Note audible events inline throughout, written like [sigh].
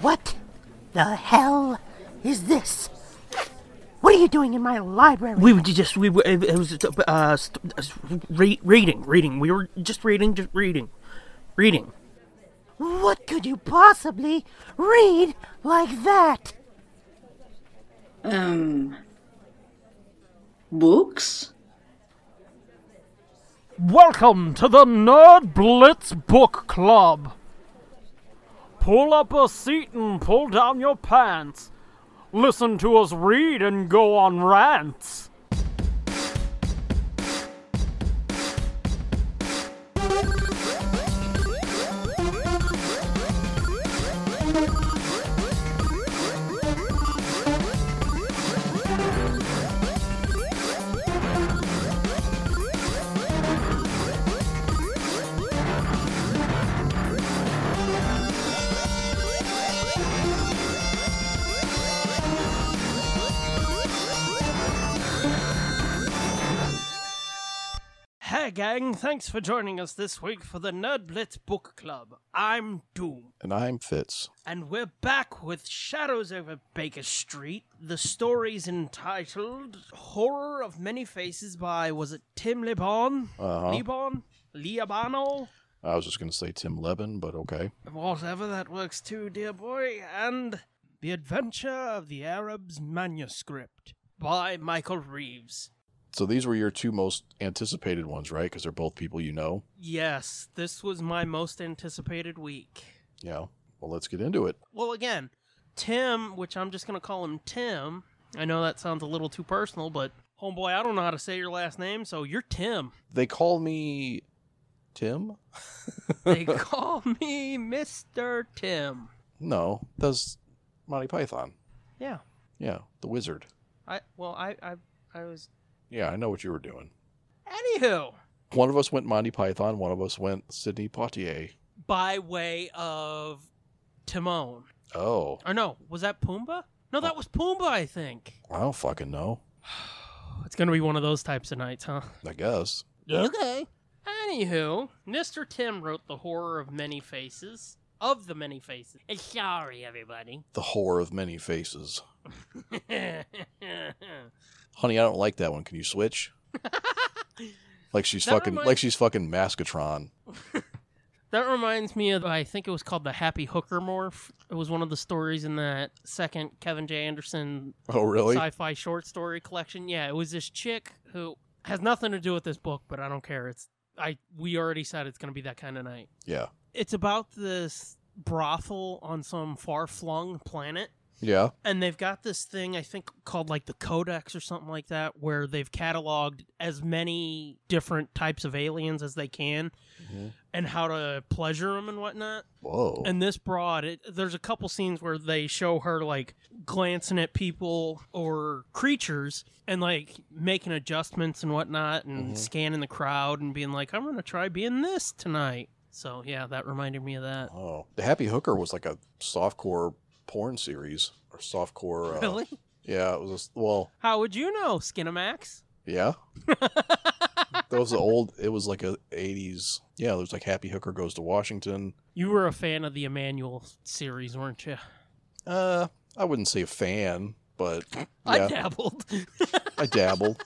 What the hell is this? What are you doing in my library? We were just we were it was uh st- st- re- reading reading we were just reading just reading reading What could you possibly read like that? Um. Books? Welcome to the Nerd Blitz Book Club. Pull up a seat and pull down your pants. Listen to us read and go on rants. Hey gang, thanks for joining us this week for the Nerd Blitz Book Club. I'm Doom, And I'm Fitz. and we're back with Shadows Over Baker Street. The story's entitled Horror of Many Faces by was it Tim Lebon? Uh-huh. Lebon? Liabano? I was just going to say Tim Levin, but okay. Whatever that works too, dear boy, and The Adventure of the Arab's Manuscript by Michael Reeves. So these were your two most anticipated ones, right? Because they're both people you know. Yes, this was my most anticipated week. Yeah. Well, let's get into it. Well, again, Tim, which I'm just going to call him Tim. I know that sounds a little too personal, but homeboy, I don't know how to say your last name, so you're [laughs] Tim. They call me Tim. They call me Mr. Tim. No, that's Monty Python. Yeah. Yeah, the wizard. I well, I I I was Yeah, I know what you were doing. Anywho, One of us went Monty Python. One of us went Sidney Poitier. by way of Timon. Oh, Or no, was that Pumbaa? No, that was Pumbaa, I think. I don't fucking know. Oh, It's gonna be one of those types of nights, huh? I guess. Okay. Anywho, Mr. Tim wrote The Horror of Many Faces. Of the Many Faces. Eh, Sorry, everybody. [laughs] The whore of many faces. that Honey, I don't like that one. Can [laughs] you switch? like she's That fucking reminds- like she's fucking Maskatron. reminds me of, I think it was called The Happy Hooker Morph. It was one of the stories in that second Kevin J. Anderson [laughs] Oh, really? sci fi short story collection. Yeah, it was this chick who has nothing to do with this book, but I don't care. It's. I we already said it's gonna be that kind of night. Yeah. it's about this brothel on some far flung planet. Yeah. And they've got this thing, I think, called like the Codex or something like that, where they've cataloged as many different types of aliens as they can Mhm. and how to pleasure them and whatnot. Whoa. And this broad, it, there's a couple scenes where they show her like glancing at people or creatures and like making adjustments and whatnot and Mhm. scanning the crowd and being like, I'm going to try being this tonight. So, yeah, that reminded me of that. oh, the Happy Hooker was like a softcore porn series or softcore. Uh, Really? Yeah. It was. A, s- well. [laughs] How would you know, Skinamax? [laughs] Yeah. that was the old. It was like a '80s. Yeah. There was like Happy Hooker goes to Washington. You were a fan of the Emmanuel series, weren't you? Uh, I wouldn't say a fan, but yeah, [laughs] I I, dabbled. [laughs] dabbled.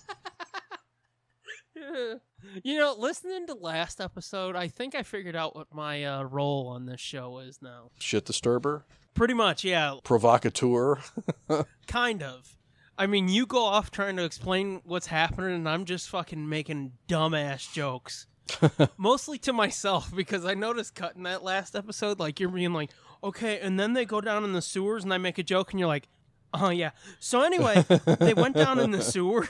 you know, listening to last episode, I think I figured out what my uh, role on this show is now. Shit disturber, Pretty much, yeah, provocateur. [laughs] kind of. I mean, you go off trying to explain what's happening, and I'm just fucking making dumbass jokes. Mostly to myself, [laughs] because I noticed cutting that last episode, like you're being like, okay, and then they go down in the sewers, and I make a joke, and you're like, oh, yeah. So anyway, they went down in the sewer.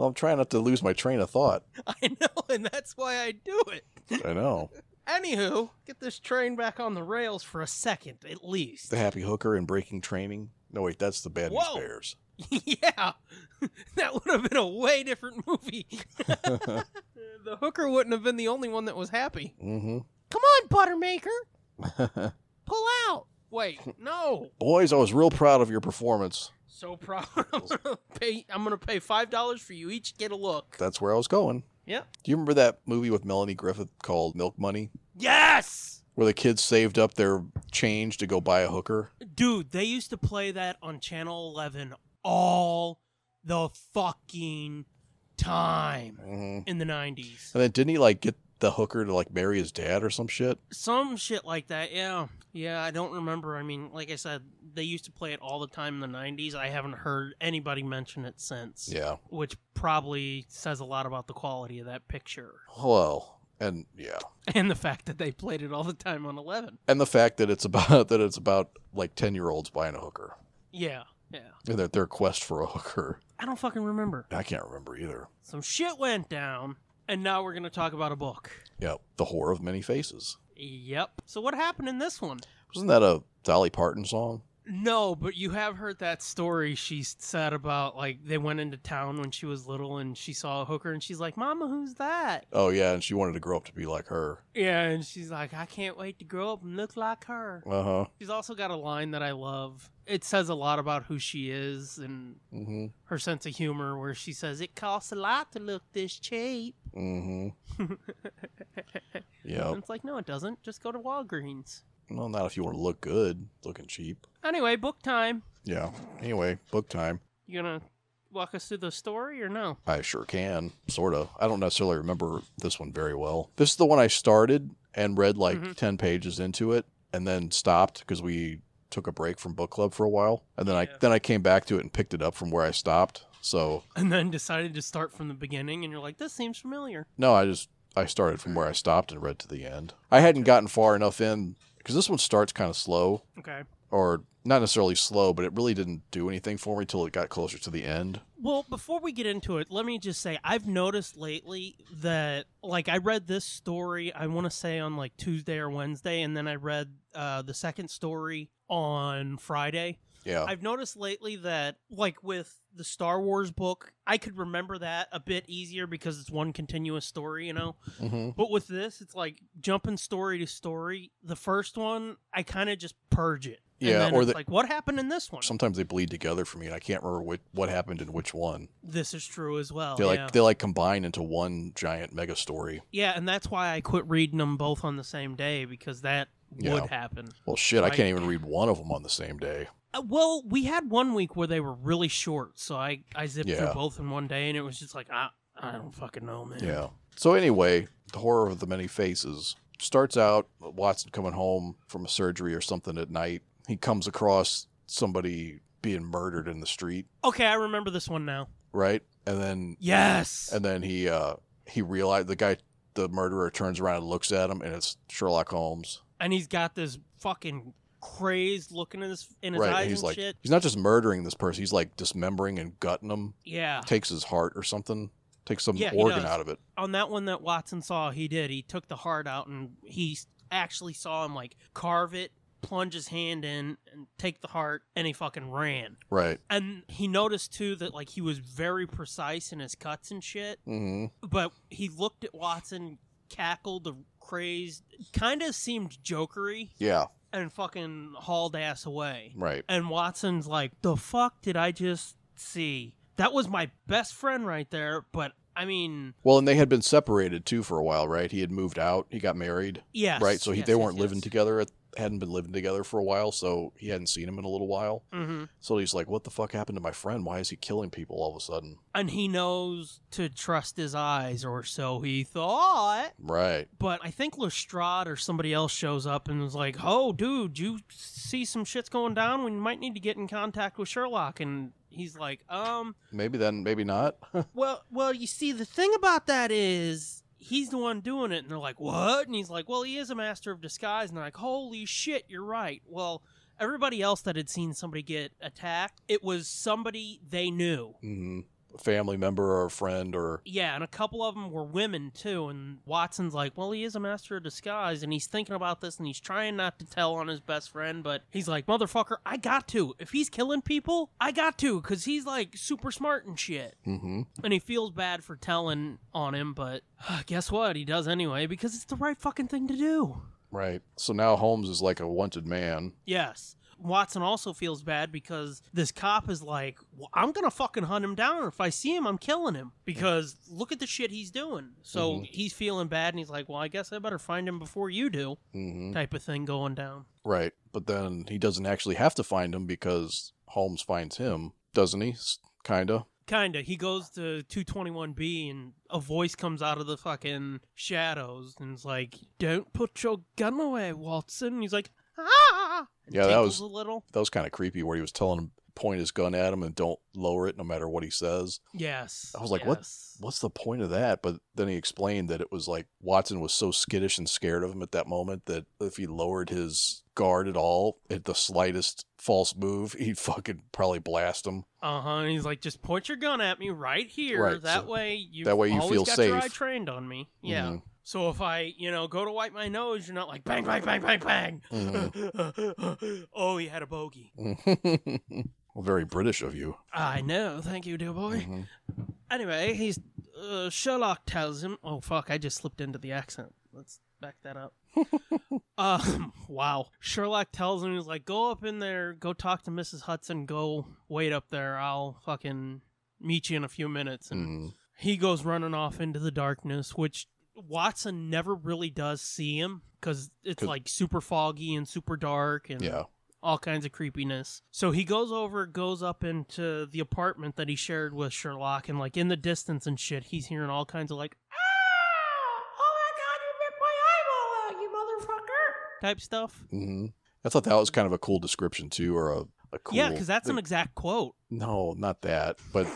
I'm trying not to lose my train of thought. [laughs] I know, and that's why I do it. I know. Anywho, get this train back on the rails for a second, at least. The Happy Hooker and Breaking Training. No, wait, that's the Bad News Whoa. Bears. [laughs] yeah, [laughs] that would have been a way different movie. [laughs] the hooker wouldn't have been the only one that was happy. Mm-hmm. [laughs] Come on, Buttermaker, pull out. Wait, no. Boys, I was real proud of your performance. So proud. [laughs] I'm gonna pay. I'm gonna pay five dollars for you each. Get a look. That's where I was going. Yep. Do you remember that movie with Melanie Griffith called Milk Money, Yes, where the kids saved up their change to go buy a hooker? dude. They used to play that on Channel Eleven all the fucking time Mm-hmm. in the nineties. And then didn't he like get the hooker to like marry his dad or some shit? Some shit like that, yeah. Yeah, I don't remember. I mean, like I said, they used to play it all the time in the 90s. I haven't heard anybody mention it since. Yeah. Which probably says a lot about the quality of that picture [laughs] Well, and yeah, and the fact that they played it all the time on 11. and the fact that it's [laughs] about that it's about like ten year olds buying a hooker Yeah, yeah. and their their quest for a hooker. I don't fucking remember. I can't remember either. Some shit went down, and now we're going to talk about a book. Yeah, the horror of many faces. Yep. So, what happened in this one? Wasn't that a Dolly Parton song? No, but you have heard that story she said about like they went into town when she was little and she saw a hooker and she's like, "Mama, who's that?" Oh yeah, and she wanted to grow up to be like her. Yeah, and she's like, "I can't wait to grow up and look like her." Uh huh. She's also got a line that I love. It says a lot about who she is and Mm-hmm. her sense of humor where she says, "It costs a lot to look this cheap." Mm-hmm. [laughs] yeah. And it's like, "No, it doesn't. Just go to Walgreens." Well, not if you want to look good, looking cheap. Anyway, book time. Yeah. Anyway, book time. You going to walk us through the story or no? I sure can, sort of. I don't necessarily remember this one very well. This is the one I started and read like Mhm. 10 pages into it and then stopped because we took a break from book club for a while. And then I Yeah. then I came back to it and picked it up from where I stopped. So, And then decided to start from the beginning and you're like, "This seems familiar." no, I just I started from where I stopped and read to the end. I hadn't gotten far enough in because this one starts kind of slow Okay. or not necessarily slow, but it really didn't do anything for me till it got closer to the end. Well, before we get into it, let me just say I've noticed lately that, like, I read this story, I want to say on like Tuesday or Wednesday, and then I read uh, the second story on Friday. Yeah. I've noticed lately that, like, with the Star Wars book, I could remember that a bit easier because it's one continuous story, you know? mm-hmm. But with this, it's like jumping story to story. The first one, I kind of just purge it. And Yeah, then or it's the- like, what happened in this one? Sometimes they bleed together for me, and I can't remember which, what happened in which one. This is true as well. they like Oh, yeah. they like combine into one giant mega story. Yeah, and that's why I quit reading them both on the same day because that would Yeah. happen. Well, shit, I Right. can't even read one of them on the same day. Uh, well, we had one week where they were really short, so I I zipped Yeah. through both in one day, and it was just like I I don't fucking know, man. Yeah. So anyway, the horror of the many faces starts out Watson coming home from a surgery or something at night. He comes across somebody being murdered in the street, Okay, I remember this one now. right? And then Yes. and then he uh he realized the guy the murderer turns around and looks at him and it's Sherlock Holmes. and he's got this fucking crazed looking in his in his right. eyes And he's and like shit. he's not just murdering this person, he's like dismembering and gutting him. Yeah. takes his heart or something, takes some Yeah, he organ does. out of it. On that one that Watson saw, he did. He took the heart out, and he s- actually saw him like carve it, plunge his hand in, and take the heart, and he fucking ran. Right. And he noticed too that like he was very precise in his cuts and shit. Mm-hmm. But he looked at Watson, cackled, the crazed, kind of seemed jokery, Yeah. and fucking hauled ass away. Right. And Watson's like, "The fuck did I just see? That was my best friend right there." But I mean, Well, and they had been separated too for a while, right? He had moved out. He got married. yes, right. So he, yes, they yes, weren't living yes. together. Hadn't been living together for a while, so he hadn't seen him in a little while. hmm So he's like, "What the fuck happened to my friend? Why is he killing people all of a sudden?" And he knows to trust his eyes, or so he thought. Right. But I think Lestrade or somebody else shows up and is like, "Oh, dude, you see some shits going down. We might need to get in contact with Sherlock." And he's like, "Um, Maybe then. Maybe not. [laughs] well, well, you see, the thing about that is he's the one doing it." And they're like, "What?" And he's like, "Well, he is a master of disguise." And they're like, "Holy shit, you're right." Well, everybody else that had seen somebody get attacked, it was somebody they knew. mm-hmm. family member or a friend or Yeah, and a couple of them were women too. And Watson's like, well, he is a master of disguise, and he's thinking about this, and he's trying not to tell on his best friend, but he's like, motherfucker, I got to. If he's killing people, I got to, because he's like super smart and shit. Mhm. And he feels bad for telling on him, but [sighs] guess what? He does anyway, because it's the right fucking thing to do. right. So now Holmes is like a wanted man. Yes. Watson also feels bad because this cop is like, well, I'm going to fucking hunt him down. If I see him, I'm killing him because look at the shit he's doing. So Mm-hmm. he's feeling bad and he's like, well, I guess I better find him before you do, hmm type of thing going down. Right. But then he doesn't actually have to find him because Holmes finds him, doesn't he? S- Kinda. Kinda. He goes to 221B and a voice comes out of the fucking shadows and it's like, don't put your gun away, Watson. And he's like, ah. and Yeah, that tinkles was- a little. That was kind of creepy where he was telling him point his gun at him and don't lower it no matter what he says. Yes. I was like, what- yes. What's the point of that? But then he explained that it was like Watson was so skittish and scared of him at that moment that if he lowered his guard at all, at the slightest false move, he'd fucking probably blast him. [laughs] Uh huh. And he's like, just point your gun at me right here. Right, that so- way you that way you always feel got Your eye safe." trained on me. Yeah. Mhm. So if I, you know, go to wipe my nose, you're not like bang, bang, bang, bang, bang. Mm-hmm. [laughs] oh, he had a bogey. well, very British of you. I know. Thank you, dear boy. Mm-hmm. Anyway, he's uh, Sherlock tells him. Oh fuck! I just slipped into the accent. Let's back that [laughs] up. um, wow. Sherlock tells him he's like, go up in there, go talk to Mrs. Hudson, go wait up there. I'll fucking meet you in a few minutes. And Mhm. he goes running off into the darkness, which Watson never really does see him because it's 'Cause- like super foggy and super dark and Yeah. all kinds of creepiness. So he goes over, goes up into the apartment that he shared with Sherlock, and like in the distance and shit, he's hearing all kinds of like, ah, oh my god, you ripped my eyeball out, you motherfucker, type stuff. hmm I thought that was kind of a cool description too, or a, a cool. Yeah, because that's an exact quote. No, not that, but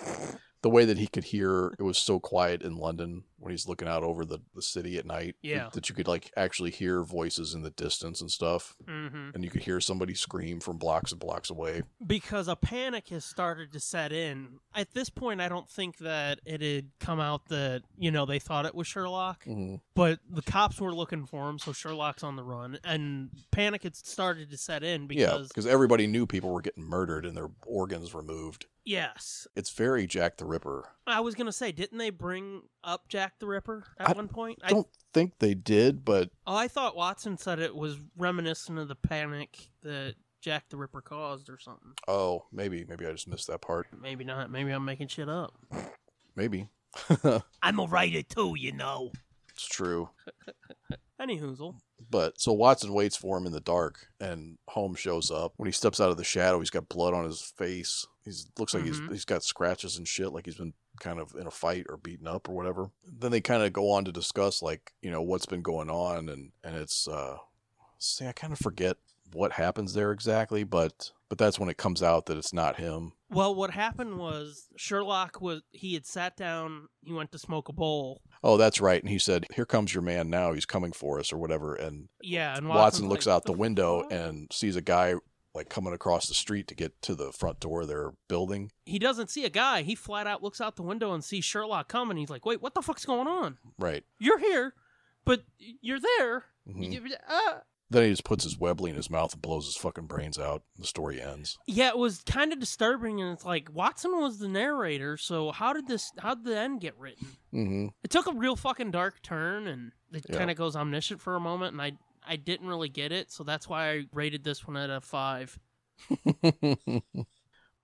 the way that he could hear it was so quiet in London when he's looking out over the, the city at night. Yeah. That you could like actually hear voices in the distance and stuff. hmm And you could hear somebody scream from blocks and blocks away. Because a panic has started to set in. At this point, I don't think that it had come out that, you know, they thought it was Sherlock. Mm-hmm. But the cops were looking for him, so Sherlock's on the run, and panic had started to set in Yeah, because because everybody knew people were getting murdered and their organs removed. yes, It's very Jack the Ripper. I was gonna say, didn't they bring up Jack the Ripper at I one point? I I, don't think they did, but oh, I thought Watson said it was reminiscent of the panic that Jack the Ripper caused, or something. oh, maybe, maybe I just missed that part. Maybe not. Maybe I'm making shit up. Maybe [laughs] I'm a writer too, you know. it's true. Anyhoozle. But so Watson waits for him in the dark, and Holmes shows up. When he steps out of the shadow, he's got blood on his face. He's looks like Mhm. he's he's got scratches and shit, like he's been kind of in a fight or beaten up or whatever. Then they kind of go on to discuss like you know what's been going on, and and it's uh, see, I kind of forget what happens there exactly, but but that's when it comes out that it's not him. Well, what happened was Sherlock was he had sat down. He went to smoke a bowl. Oh, that's right. And he said, "Here comes your man now. He's coming for us," or whatever. And Yeah, and Watson Watson's looks like, out the, window fuck?" and sees a guy like coming across the street to get to the front door of their building. He doesn't see a guy. He flat out looks out the window and sees Sherlock coming. He's like, "Wait, what the fuck's going on? Right. You're here, but you're there." Mhm. Uh, Then he just puts his Webley in his mouth and blows his fucking brains out. The story ends. Yeah, it was kind of disturbing, and it's like Watson was the narrator, so how did this? How did the end get written? Mm-hmm. It took a real fucking dark turn, and it Yeah. kind of goes omniscient for a moment, and I I didn't really get it, so that's why I rated this one at a five.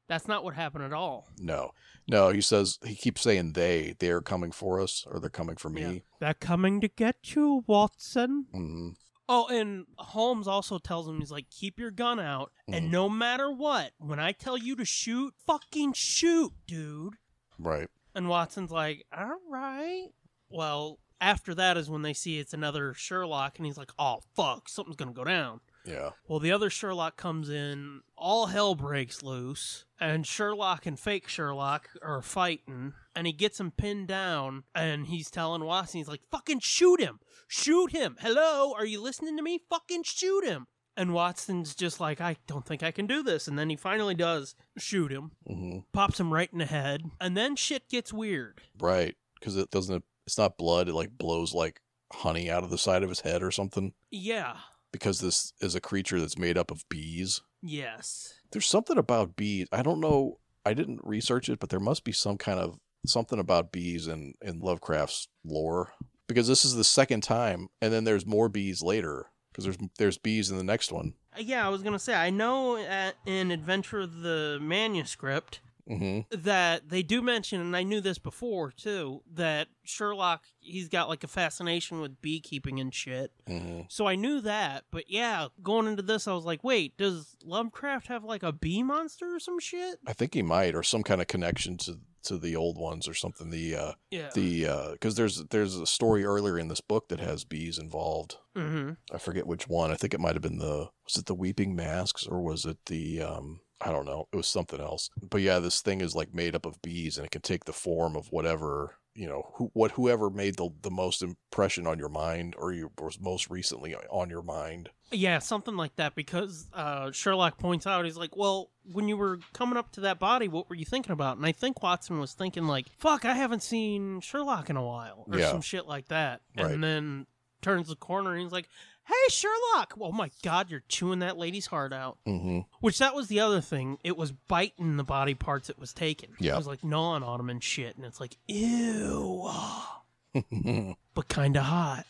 That's not what happened at all. no, no. He says he keeps saying they. They are coming for us, or they're coming for me. They're coming to get you, Watson. hmm Oh, and Holmes also tells him he's like, keep your gun out, and Mhm. no matter what, when I tell you to shoot, fucking shoot, dude. Right. And Watson's like, all right. Well, after that is when they see it's another Sherlock, and he's like, oh, fuck, something's going to go down. Yeah. Well, the other Sherlock comes in, all hell breaks loose, and Sherlock and fake Sherlock are fighting, and he gets him pinned down, and he's telling Watson, he's like, fucking shoot him! Shoot him! Hello? Are you listening to me? Fucking shoot him! And Watson's just like, I don't think I can do this. And then he finally does shoot him, hmm pops him right in the head. And then shit gets weird. Right. Because it doesn't, it's not blood. It like blows like honey out of the side of his head or something. Yeah. Because this is a creature that's made up of bees. Yes. There's something about bees. I don't know. I didn't research it, but there must be some kind of something about bees in, in Lovecraft's lore. Because this is the second time, and then there's more bees later. Because there's there's bees in the next one. Uh, Yeah, I was going to say, I know at, in Adventure of the Manuscript hmm Mm-hmm, that they do mention, and I knew this before too, that Sherlock, he's got like a fascination with beekeeping and shit. hmm So I knew that, but yeah, going into this, I was like, wait, does Lovecraft have like a bee monster or some shit? I think he might, or some kind of connection to to the old ones or something. The uh, Yeah. the because there's there's a story earlier in this book that has bees involved. hmm I forget which one. I think it might have been the was it the weeping masks or was it the um I don't know. It was something else. But yeah, this thing is like made up of bees and it can take the form of whatever, you know, who, what whoever made the the most impression on your mind or you was most recently on your mind. Yeah, something like that, because uh, Sherlock points out, he's like, well, when you were coming up to that body, what were you thinking about? And I think Watson was thinking, like, fuck, I haven't seen Sherlock in a while, or Yeah. some shit like that. Right. And then turns the corner and he's like, hey, Sherlock! Oh my god, you're chewing that lady's heart out. Mhm. Which that was the other thing. It was biting the body parts it was taken. Yeah. It was like gnawing on them and shit. And it's like, ew. ah, But kind of hot.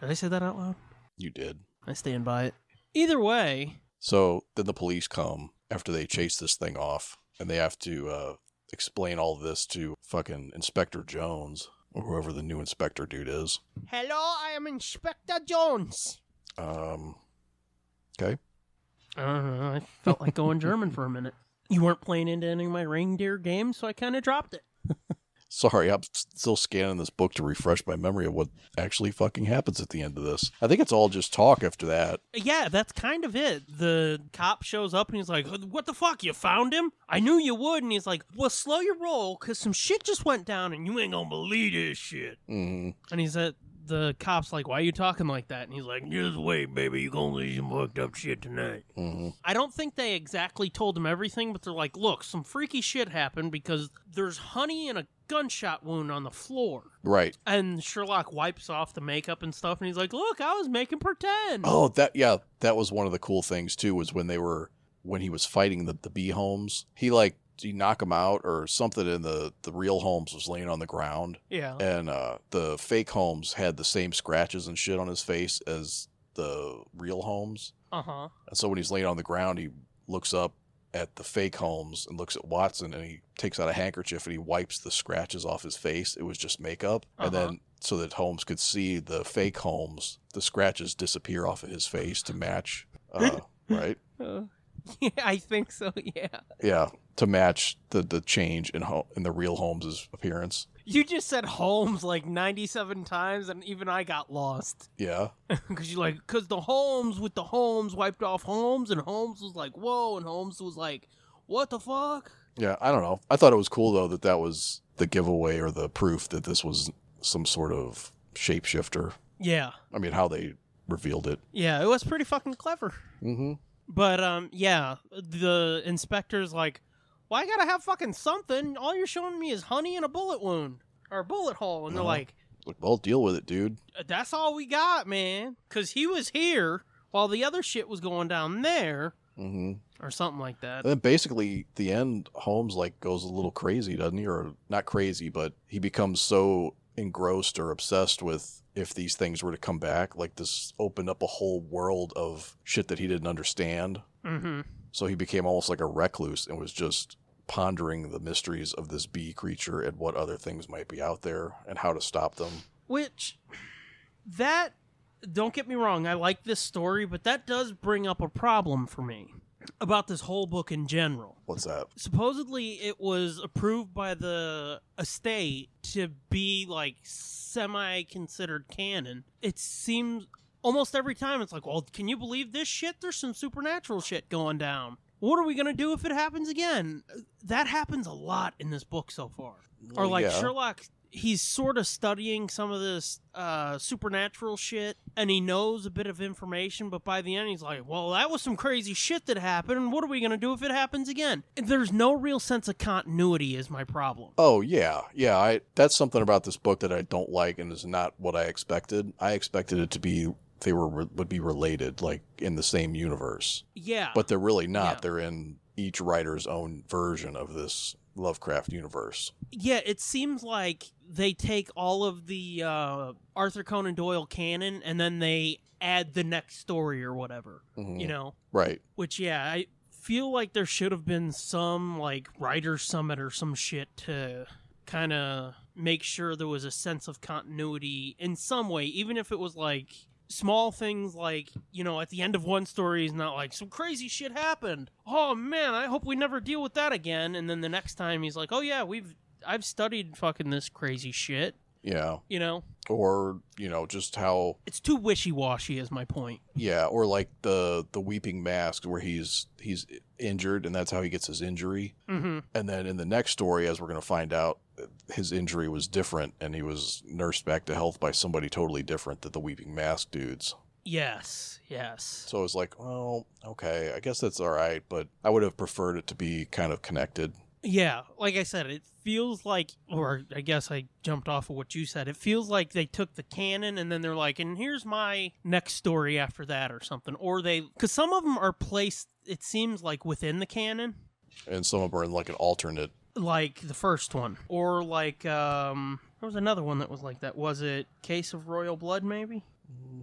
Did I say that out loud? you did. I stand by it. Either way, So then the police come after they chase this thing off, and they have to uh, explain all this to fucking Inspector Jones or whoever the new inspector dude is. hello, I am Inspector Jones. Um, okay, I don't know. Uh, I felt like going German for a minute. You weren't playing into any of my reindeer games, so I kind of dropped it. sorry, I'm s- still scanning this book to refresh my memory of what actually fucking happens at the end of this. I think it's all just talk after that. Yeah, that's kind of it. The cop shows up and he's like, What the fuck? You found him? I knew you would. And he's like, Well, slow your roll because some shit just went down and you ain't gonna believe this shit. Mm, And he's at the cop's like, Why are you talking like that? And he's like, Just wait, baby. you gonna see some fucked up shit tonight. mm, I don't think they exactly told him everything, but they're like, Look, some freaky shit happened because there's honey and a gunshot wound on the floor. right. And Sherlock wipes off the makeup and stuff and he's like, Look, I was making pretend. Oh, that yeah, that was one of the cool things too. Was when they were when he was fighting the the bee Holmes, he like he knock him out or something, and the the real Holmes was laying on the ground, Yeah. and uh, the fake Holmes had the same scratches and shit on his face as the real Holmes. Uh huh. And so when he's laying on the ground, he looks up at the fake Holmes and looks at Watson, and he takes out a handkerchief and he wipes the scratches off his face. It was just makeup, and Uh-huh. then so that Holmes could see the fake Holmes, the scratches disappear off of his face to match, uh, right? Uh, [laughs] yeah, I think so. Yeah. Yeah, to match the the change in Ho- in the real Holmes's appearance. You just said Holmes like 97 times, and even I got lost. Yeah, Because you like, because the Holmes with the Holmes wiped off Holmes, and Holmes was like, whoa, and Holmes was like, what the fuck? yeah. I don't know. I thought it was cool though that that was the giveaway or the proof that this was some sort of shapeshifter. Yeah. I mean, how they revealed it. Yeah, it was pretty fucking clever. Mm-hmm. But, um, yeah, the inspector's like, well, I gotta have fucking something. All you're showing me is honey and a bullet wound, or a bullet hole. And they're Uh-huh. like, Like, well, deal with it, dude. that's all we got, man. Because he was here while the other shit was going down there, Mm-hmm. or something like that. And then basically, the end, Holmes like goes a little crazy, doesn't he? Or not crazy, but he becomes so engrossed or obsessed with if these things were to come back, like this opened up a whole world of shit that he didn't understand. Mm-hmm. So he became almost like a recluse and was just pondering the mysteries of this bee creature and what other things might be out there and how to stop them. Which, that, don't get me wrong, I like this story, but that does bring up a problem for me about this whole book in general. What's that? supposedly it was approved by the estate to be like semi considered canon. It seems almost every time it's like, well, can you believe this shit? There's some supernatural shit going down. What are we going to do if it happens again? That happens a lot in this book so far. or Well, like yeah. Sherlock he's sort of studying some of this uh, supernatural shit, and he knows a bit of information. But by the end, he's like, "Well, that was some crazy shit that happened. What are we gonna do if it happens again?" There's no real sense of continuity, is my problem. Oh yeah, yeah. I that's something about this book that I don't like, and is not what I expected. I expected it to be they were would be related, like in the same universe, Yeah, but they're really not. Yeah. They're in each writer's own version of this Lovecraft universe. yeah, it seems like they take all of the uh, Arthur Conan Doyle canon and then they add the next story or whatever. Mhm. You know, Right. Which yeah, I feel like there should have been some like writer summit or some shit to kind of make sure there was a sense of continuity in some way, even if it was like small things like you know at the end of one story is not like some crazy shit happened oh man i hope we never deal with that again and then the next time he's like oh yeah we've i've studied fucking this crazy shit Yeah. you know Or you know just how it's too wishy-washy is my point yeah or like the the weeping mask where he's he's injured and that's how he gets his injury mm-hmm and then in the next story as we're going to find out his injury was different and he was nursed back to health by somebody totally different than the weeping mask dudes yes yes so it's like well okay i guess that's all right but i would have preferred it to be kind of connected Yeah, like I said, it feels like, or I guess I jumped off of what you said. It feels like they took the canon and then they're like, and here's my next story after that or something. Or they, because some of them are placed, it seems like within the canon, and some of them are in like an alternate like the first one. Or like, um, there was another one that was like that. Was it Case of Royal Blood, maybe?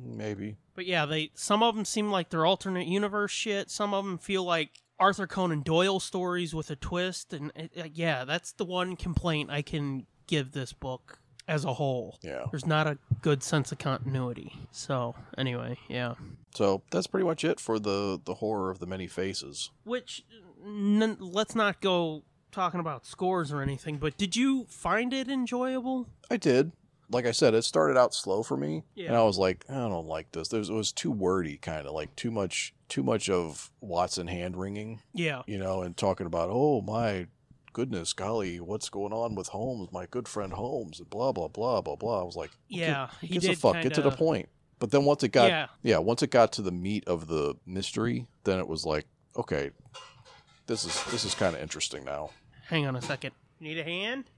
maybe But yeah, they some of them seem like they're alternate universe shit. Some of them feel like Arthur Conan Doyle stories with a twist, and it, uh, yeah, that's the one complaint I can give this book as a whole. yeah There's not a good sense of continuity. So anyway, yeah. so that's pretty much it for the the horror of the many faces Which n- let's not go talking about scores or anything. But did you find it enjoyable? I did. Like I said, it started out slow for me, Yeah. and I was like, I don't like this. There's, it was too wordy, kind of like too much, too much of Watson hand wringing, Yeah. you know, and talking about, oh my goodness, golly, what's going on with Holmes, my good friend Holmes, and blah blah blah blah blah. I was like, who gi- Yeah, who he gives a did fuck? Get to the kinda- point. But then once it got, Yeah. yeah, once it got to the meat of the mystery, then it was like, okay, this is this is kind of interesting now. Hang on a second. Need a hand?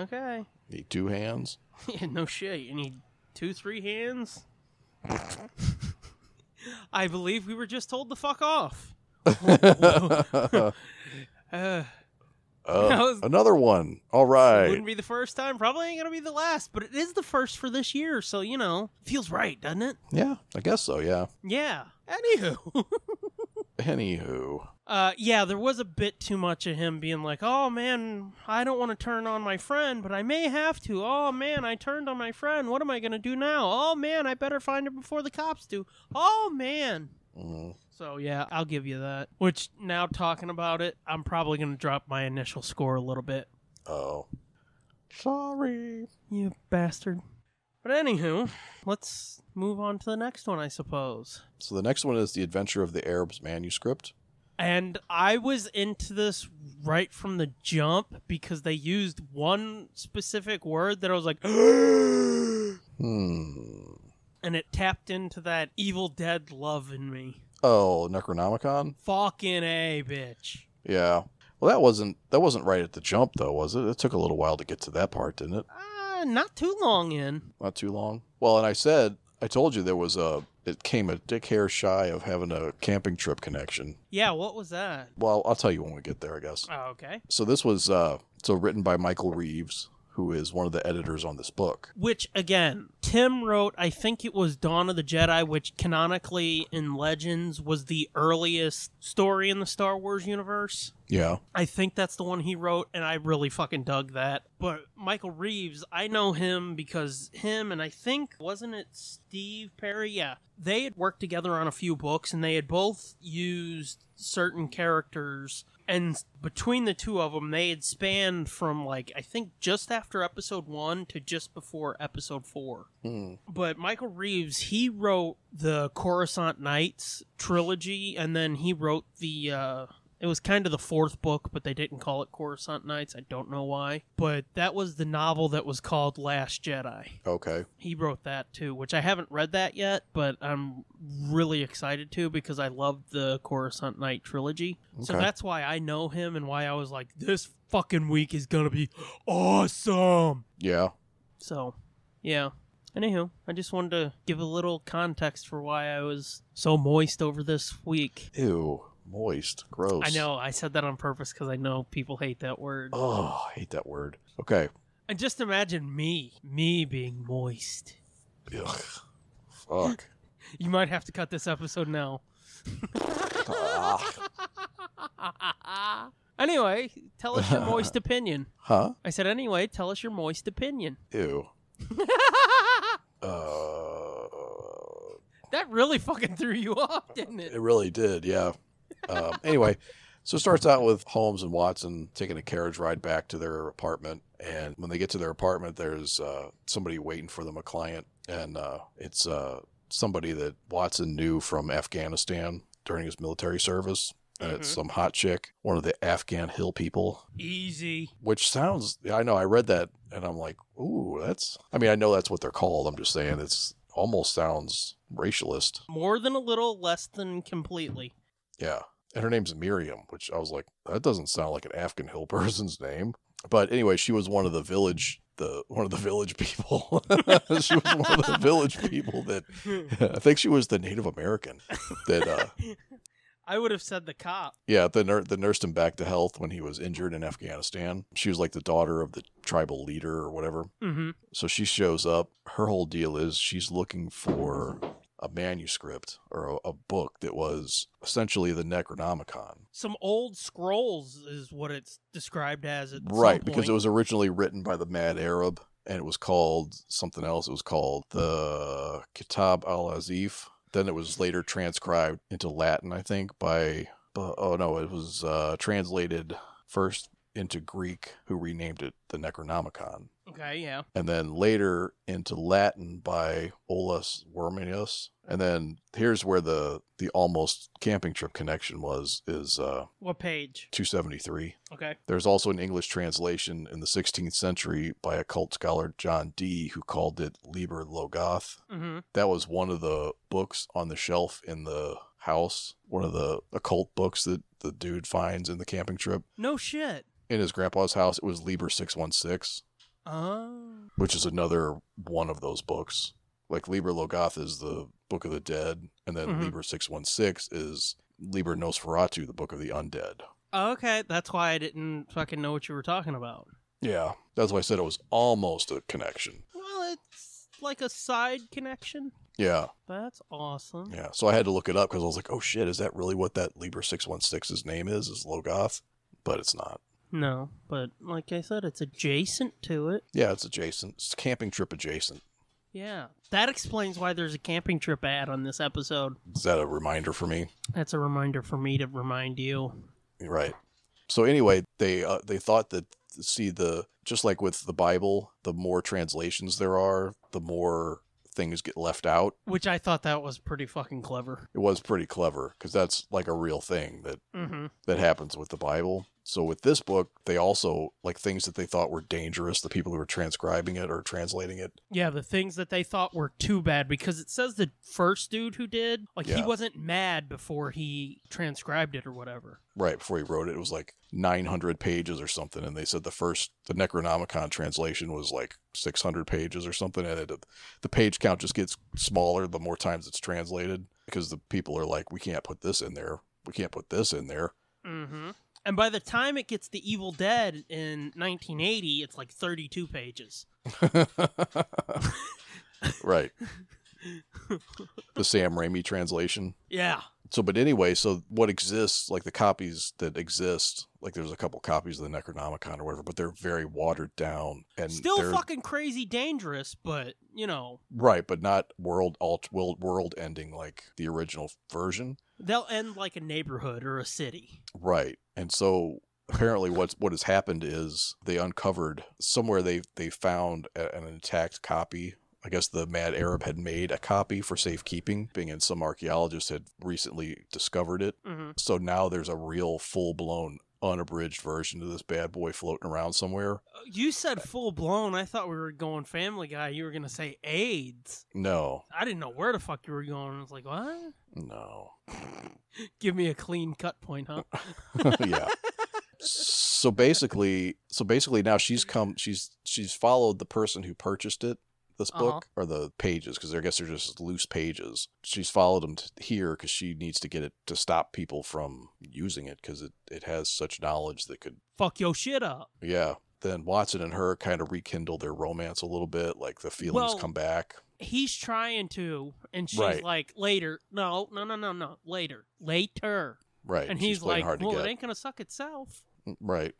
Okay. Need two hands. [laughs] Yeah, no shit. You need two, three hands? [laughs] I believe we were just told to fuck off. [laughs] Uh, That Uh, was- another one. All right. Wouldn't be the first time. Probably ain't going to be the last, but it is the first for this year, so, you know, feels right, doesn't it? Yeah, I guess so. Yeah. Yeah. Anywho. Anywho, Uh, yeah, there was a bit too much of him being like, "Oh man, I don't want to turn on my friend, but I may have to. Oh man, I turned on my friend. What am I gonna do now? Oh man, I better find her before the cops do. Oh man." Mhm. So yeah, I'll give you that. Which now talking about it, I'm probably gonna drop my initial score a little bit. oh, sorry. You bastard. But anywho, let's move on to the next one, I suppose. So the next one is the Adventure of the Arab's Manuscript. And I was into this right from the jump because they used one specific word that I was like, [gasps] Hmm. and it tapped into that Evil Dead love in me. Oh, Necronomicon. Fucking a bitch. Yeah. Well, that wasn't that wasn't right at the jump though, was it? It took a little while to get to that part, didn't it? Uh, not too long in. Not too long. Well, and I said I told you there was a. It came a dick hair shy of having a camping trip connection. Yeah, what was that? Well, I'll tell you when we get there, I guess. Oh, okay. So this was uh, so written by Michael Reeves, who is one of the editors on this book. Which again, Tim wrote. I think it was Dawn of the Jedi, which canonically in Legends was the earliest story in the Star Wars universe. Yeah. I think that's the one he wrote, and I really fucking dug that. But Michael Reeves, I know him because him and I think, wasn't it Steve Perry? Yeah. They had worked together on a few books, and they had both used certain characters. And between the two of them, they had spanned from, like, I think just after episode one to just before episode four but Michael Reeves he wrote the Coruscant Knights trilogy, and then he wrote the uh, It was kind of the fourth book, but they didn't call it Coruscant Nights. I don't know why. But that was the novel that was called Last Jedi. Okay. He wrote that too, which I haven't read that yet, but I'm really excited to because I loved the Coruscant Night trilogy. So Okay. that's why I know him and why I was like, this fucking week is going to be awesome. Yeah. So, yeah. Anywho, I just wanted to give a little context for why I was so moist over this week. Ew. Moist. Gross. I know I said that on purpose because I know people hate that word. Oh, I hate that word. Okay. And just imagine me, me being moist. Ugh. [laughs] Fuck. You might have to cut this episode [laughs] now. Ah. anyway, tell us your [laughs] moist opinion. Huh? I said, anyway, tell us your moist opinion. [laughs] Ew. Uh, That really fucking threw you [laughs] off, didn't it? It really did, yeah. Um, anyway, so it starts out with Holmes and Watson taking a carriage ride back to their apartment, and when they get to their apartment, there's uh, somebody waiting for them, a client, and uh, it's uh, somebody that Watson knew from Afghanistan during his military service. And it's Mhm. some hot chick, one of the Afghan hill people, Easy. which sounds, I know, I read that and I'm like, ooh, that's, I mean, I know that's what they're called. I'm just saying it's almost sounds racialist. More than a little, less than completely. Yeah. And her name's Miriam, which I was like, that doesn't sound like an Afghan Hill [laughs] person's name. But anyway, she was one of the village the one of the village [laughs] people. she was one of the village people that I think she was the Native American that uh I would have said the cop. yeah, the nur- that nursed him back to health when he was injured in Afghanistan. She was like the daughter of the tribal leader or whatever. Mm-hmm. So she shows up. Her whole deal is she's looking for a manuscript or a, a book that was essentially the Necronomicon. Some old scrolls is what it's described as. At some right because point. it was originally written by the mad arab and it was called something else it was called the kitab al-azif then it was later transcribed into latin i think by bu- oh no it was uh, translated first into greek who renamed it the necronomicon okay. Yeah. and then later into Latin by Olus Wormius. And then here's where the the almost camping trip connection was is uh, What page? 273. Okay. There's also an English translation in the 16th century by occult scholar John Dee, who called it Liber Logoth. Mm-hmm. That was one of the books on the shelf in the house, one of the occult books that the dude finds in the camping trip. No shit. In his grandpa's house, it was Liber 616, Oh. which is another one of those books. Like Liber Logoth is the Book of the Dead, and then Mhm. Liber 616 is Liber Nosferatu, the Book of the Undead. Okay, that's why I didn't fucking know what you were talking about. Yeah, that's why I said it was almost a connection. Well, it's like a side connection. Yeah, That's awesome. yeah. So I had to look it up because I was like, "Oh shit, is that really what that Libra 616's name is? Is Logoth?" But it's not. No, but like I said, it's adjacent to it. Yeah, it's adjacent. It's camping trip adjacent. Yeah. That explains why there's a camping trip ad on this episode. Is that a reminder for me? That's a reminder for me to remind you. You're Right. So anyway, they uh, they thought that see the just like with the Bible, the more translations there are, the more things get left out. Which I thought that was pretty fucking clever. It was pretty clever because that's like a real thing that Mm-hmm. that happens with the Bible. So with this book, they also like things that they thought were dangerous. The people who were transcribing it or translating it, Yeah, the things that they thought were too bad because it says the first dude who did, like, he Yeah. wasn't mad before he transcribed it or whatever. right before he wrote it, it was like 900 pages or something. And they said the first, the Necronomicon translation was like 600 pages or something. And it, the page count just gets smaller the more times it's translated because the people are like, we can't put this in there. We can't put this in there. [laughs] Mm-hmm. And by the time it gets to Evil Dead in 1980, it's like 32 pages. [laughs] right. the Sam Raimi translation. Yeah. so but anyway so what exists like the copies that exist like there's a couple copies of the necronomicon or whatever but they're very watered down and Still they're, fucking crazy dangerous, but, you know, right but not world alt world world ending like the original version they'll end like a neighborhood or a city. right and so apparently what's what has happened is they uncovered somewhere they they found a, an intact copy I guess the Mad Arab had made a copy for safekeeping, being and some archaeologists had recently discovered it. Mhm. So now there's a real full blown unabridged version of this bad boy floating around somewhere. Uh, You said full blown. I thought we were going Family Guy. You were gonna say AIDS. No, I didn't know where the fuck you were going. I was like, what? no. Give me a clean cut point, huh? yeah. So basically, so basically now she's come she's she's followed the person who purchased it this Uh-huh. book or the pages because I guess they're just loose pages. She's followed him to here because she needs to get it to stop people from using it because it it has such knowledge that could Fuck your shit up. yeah. Then Watson and her kind of rekindle their romance a little bit, like the feelings Well- come back. He's trying to, and she's Right. like, later. No, no, no, no, no. Later, later. Right, And she's he's playing like, hard to well, get. Mm, it ain't gonna suck itself. Right,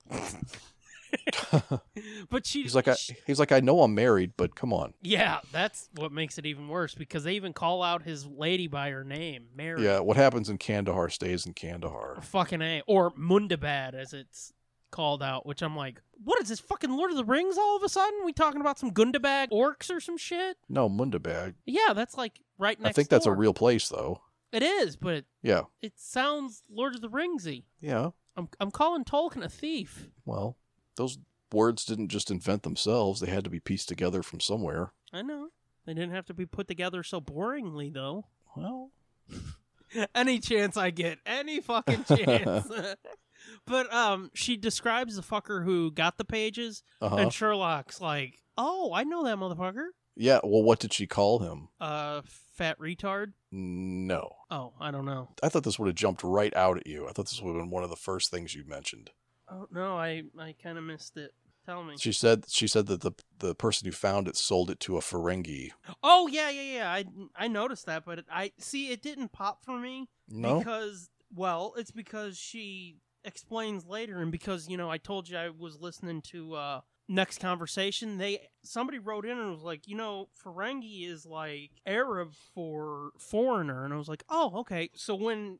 But she, he's like, I, she- he's like, I know I'm married, but come on, yeah, that's what makes it even worse because they even call out his lady by her name, Mary. yeah. What happens in Kandahar stays in Kandahar. Fucking A. Or Mundabad, as it's called out, which I'm like, what is this fucking Lord of the Rings all of a sudden? We talking about some Gundabag orcs or some shit? No, Mundabag. Yeah, that's like right next I think that's a door. real place, though. It is, but Yeah. it sounds Lord of the Ringsy. Yeah. I'm, I'm calling Tolkien a thief. Well, those words didn't just invent themselves, they had to be pieced together from somewhere. I know. They didn't have to be put together so boringly, though. Well, [laughs] any chance I get, any [laughs] fucking chance. but um, she describes the fucker who got the pages, uh huh. and Sherlock's like, "Oh, I know that motherfucker." yeah. Well, what did she call him? Uh, fat retard. No. Oh, I don't know. I thought this would have jumped right out at you. I thought this would have been one of the first things you mentioned. Oh no, I I kind of missed it. Tell me. She said she said that the the person who found it sold it to a Ferengi. Oh yeah, yeah, yeah. I I noticed that, but I see it didn't pop for me No. because well, it's because she explains later, and because you know I told you I was listening to uh, next conversation. They somebody wrote in and was like, you know, Ferengi is like Arab for foreigner, and I was like, oh, okay. So when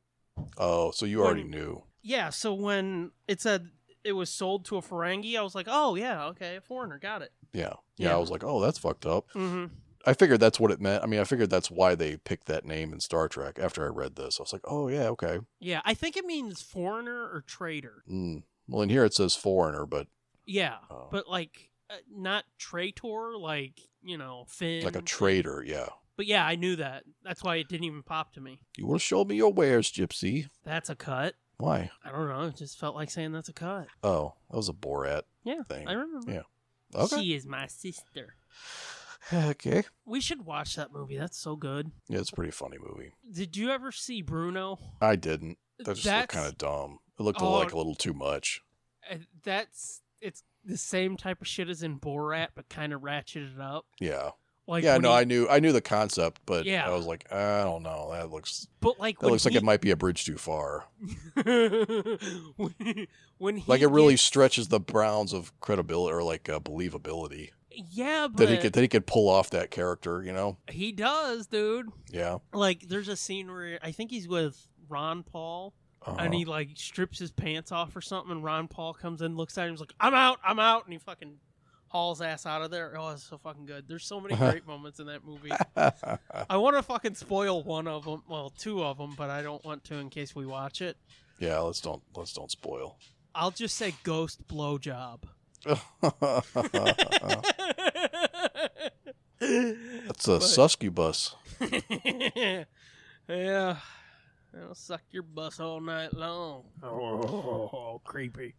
oh, so you already When- knew. yeah, so when it said it was sold to a Ferengi, I was like, oh yeah, okay, a foreigner, got it. Yeah. yeah. Yeah. I was like, oh, that's fucked up. Mm-hmm. I figured that's what it meant. I mean, I figured that's why they picked that name in Star Trek after I read this. I was like, oh, yeah, okay. Yeah, I think it means foreigner or traitor. Mm. Well, in here it says foreigner, but Yeah, Oh. but like uh, not traitor, like you know Finn. like a traitor, yeah. but yeah, I knew that. That's why it didn't even pop to me. You want to show me your wares, Gypsy? That's a cut. Why? I don't know. It just felt like saying that's a cut. Oh, that was a Borat. Yeah, Thing. I remember. Yeah. Okay. She is my sister. [laughs] okay. We should watch that movie. That's so good. Yeah, it's a pretty funny movie. Did you ever see Bruno? I didn't. That just looked That's- kind of dumb. It looked a Oh. little like a little too much. uh, That's it's the same type of shit as in Borat, but kind of ratcheted up. Yeah. Like yeah, when no, he- I knew I knew the concept, but Yeah. I was like, I don't know. That looks but like that looks like it might be a bridge too far. it when, [laughs] when he Like it really gets- stretches the bounds of credibility or like uh, believability yeah, but that he could that he could pull off that character, you know? He does, dude. Yeah. Like, there's a scene where I think he's with Ron Paul, Uh-huh. and he like strips his pants off or something, and Ron Paul comes in, looks at him, he's like, "I'm out, I'm out," and he fucking hauls ass out of there. Oh, it's so fucking good. There's so many great moments in that movie. I want to fucking spoil one of them, well, two of them, but I don't want to in case we watch it. [laughs] yeah, let's don't let's don't spoil. [laughs] I'll just say ghost blowjob. [laughs] That's a But- succubus. yeah, it'll suck your bus all night long. Oh, [laughs] creepy.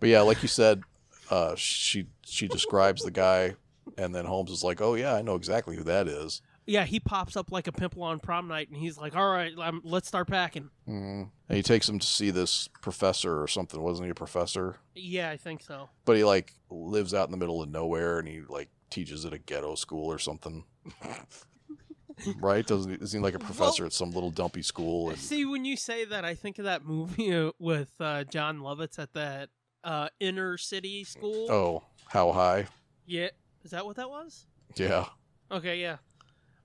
But yeah, like you said, uh, she she describes the guy, and then Holmes is like, "Oh yeah, I know exactly who that is." Yeah, he pops up like a pimple on prom night, and he's like, "All right, I'm, let's start packing." Mm. And he takes him to see this professor or something. Wasn't he a professor? Yeah, I think so. But he like lives out in the middle of nowhere, and he like teaches at a ghetto school [laughs] or something. right? Doesn't he, isn't he like a professor at some little dumpy school? And See, when you say that, I think of that movie uh, with uh, John Lovitz at that uh, inner city school. oh, how high? yeah, is that what that was? Yeah. Okay, yeah,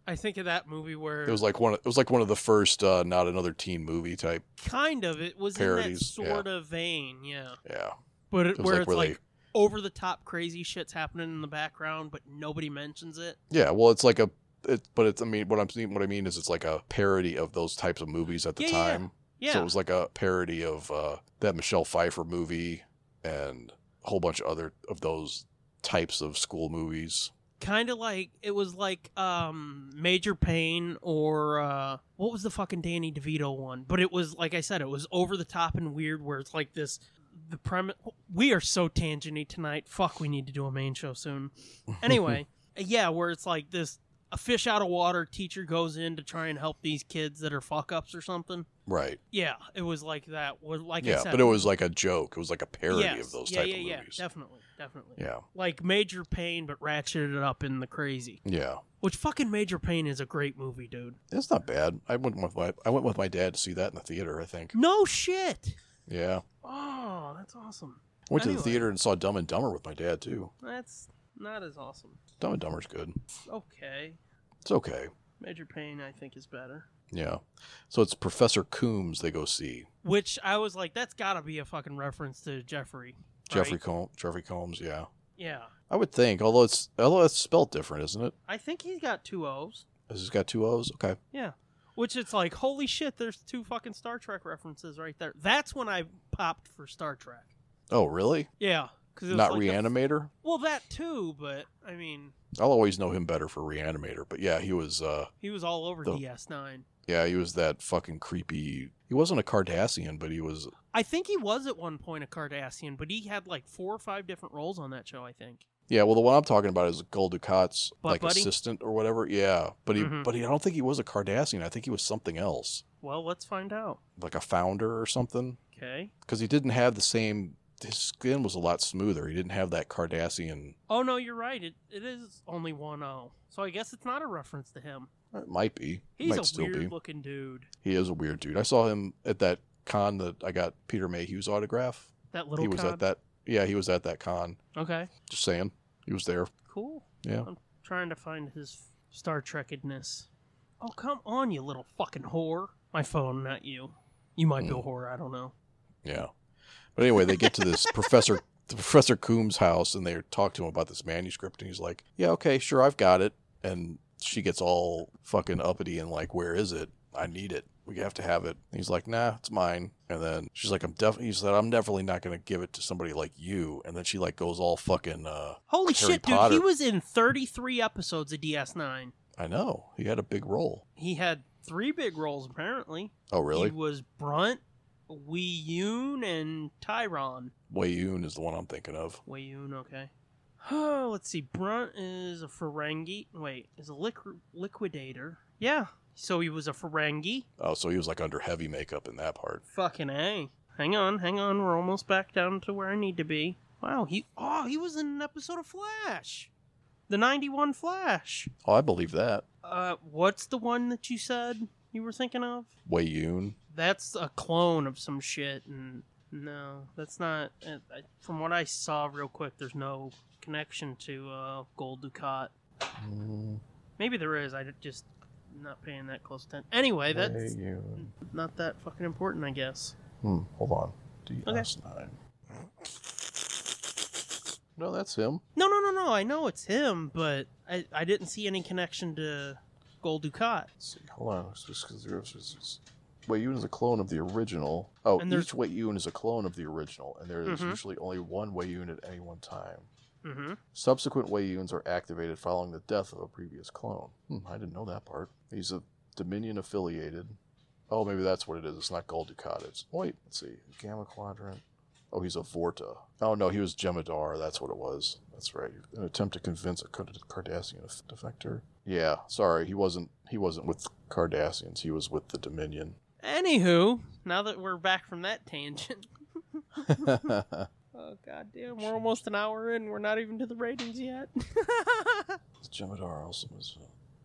I think of that movie where It was like one. It was like one of the first uh, not another teen movie type. kind of it was in that Parodies, yeah. sort of vein, yeah. Yeah, But it, it was where like it's where like, they over the top crazy shit's happening in the background, but nobody mentions it. Yeah, well, it's like a, it, but it's. I mean, what I'm seeing, what I mean is, it's like a parody of those types of movies at the Yeah, yeah, yeah. time. Yeah. So it was like a parody of uh, that Michelle Pfeiffer movie and a whole bunch of other of those types of school movies. kind of like it was like um major pain or uh what was the fucking danny devito one but it was like i said it was over the top and weird where it's like this the premise we are so tangenty tonight fuck we need to do a main show [laughs] soon anyway yeah where it's like this a fish out of water teacher goes in to try and help these kids that are fuck ups or something Right. yeah it was like that Well, like i yeah, said but it was like a joke. It was like a parody yes. of those yeah, type yeah, of yeah, movies. definitely definitely Yeah. like major pain but ratcheted up in the crazy Yeah. which fucking Major Pain is a great movie, dude. It's not bad. I went with my I went with my dad to see that in the theater, I think. No shit. Yeah. Oh, that's awesome. I went to Anyway. the theater and saw Dumb and Dumber with my dad too. That's not as awesome. Dumb and Dumber's good. Okay. It's okay. Major Pain, I think, is better. Yeah. So it's Professor Coombs they go see. Which I was like, that's gotta be a fucking reference to Jeffrey. right? Jeffrey Combs, Jeffrey Combs, yeah. Yeah. I would think, although it's although it's spelled different, isn't it? I think he's got two O's. Has it got two O's? Okay. Yeah. Which it's like, holy shit, there's two fucking Star Trek references right there. That's when I popped for Star Trek. Oh, really? Yeah. Cause it was Not like the- Reanimator? i well, that too, but I mean, I'll always know him better for Reanimator, but yeah, he was uh he was all over The- DS9. yeah, he was that fucking creepy he wasn't a Cardassian, but he was I think he was at one point a Cardassian, but he had like four or five different roles on that show. I think. Yeah, well, the one I'm talking about is Gul Dukat's Butt like buddy? assistant or whatever. Yeah, but he, Mhm. but he, I don't think he was a Cardassian. I think he was something else, Well, let's find out. like a founder or something, Okay. because he didn't have the same. His skin was a lot smoother. He didn't have that Cardassian. Oh no, you're right. It it is only one O, so I guess it's not a reference to him. It might be. He's might a still weird be. looking dude. He is a weird dude. I saw him at that con that I got Peter Mayhew's autograph. That little. he was cod. at that. Yeah, he was at that con. Okay. Just saying, he was there. Cool. Yeah. I'm trying to find his Star Trekedness. Oh come on, you little fucking whore! My phone, not you. You might be Hmm. a whore. I don't know. Yeah. But anyway, they get to this professor to Professor Coombs' house and they talk to him about this manuscript and he's like, "Yeah, okay, sure, I've got it." And she gets all fucking uppity and like, "Where is it? I need it. We have to have it." And he's like, "Nah, it's mine." And then she's like, "I'm definitely," he said, "I'm definitely not going to give it to somebody like you." And then she like goes all fucking uh Holy Harry shit, Potter. dude! He was in 33 episodes of DS9. I know. He had a big role. He had three big roles apparently. Oh, really? He was Brunt, Wee Yoon, and Tyron. Wayoon is the one I'm thinking of. Wee Yoon, okay. [sighs] Oh, let's see. Brunt is a Ferengi. Wait, is a liqu- liquidator. Yeah. So he was a Ferengi. Oh, so he was like under heavy makeup in that part. Fucking a. Hang on, hang on. We're almost back down to where I need to be. Wow. He. Oh, he was in an episode of Flash. The '91 Flash. Oh, I believe that. Uh, what's the one that you said you were thinking of? Wayoon. that's a clone of some shit and no that's not uh, I- from what i saw real quick there's no connection to uh, gold ducat maybe there is i d- just not paying that close attention anyway that's Wayoon. not that fucking important i guess Hmm, hold on. Okay. DS9. No, that's him. no no no no i know it's him but i, I didn't see any connection to gold ducat Let's see, hold on. It's just 'cause there's- there's- there's- Wayoon is a clone of the original. Oh, And there's- each Wayoon is a clone of the original, and there is Mhm. usually only one Wayoon at any one time. mm-hmm Subsequent Wayoons are activated following the death of a previous clone. Hmm, I didn't know that part. He's a Dominion affiliated. Oh, maybe that's what it is. It's not Gold Ducat. It's wait. Let's see. Gamma Quadrant. Oh, he's a Vorta. Oh no, he was Jemadar. That's what it was. That's right. An attempt to convince a Card- Cardassian def- defector. Yeah. Sorry, he wasn't. He wasn't with Cardassians. He was with the Dominion. anywho now that we're back from that tangent It's oh goddamn we're almost an hour in we're not even to the ratings [laughs] yet Jemadar also was.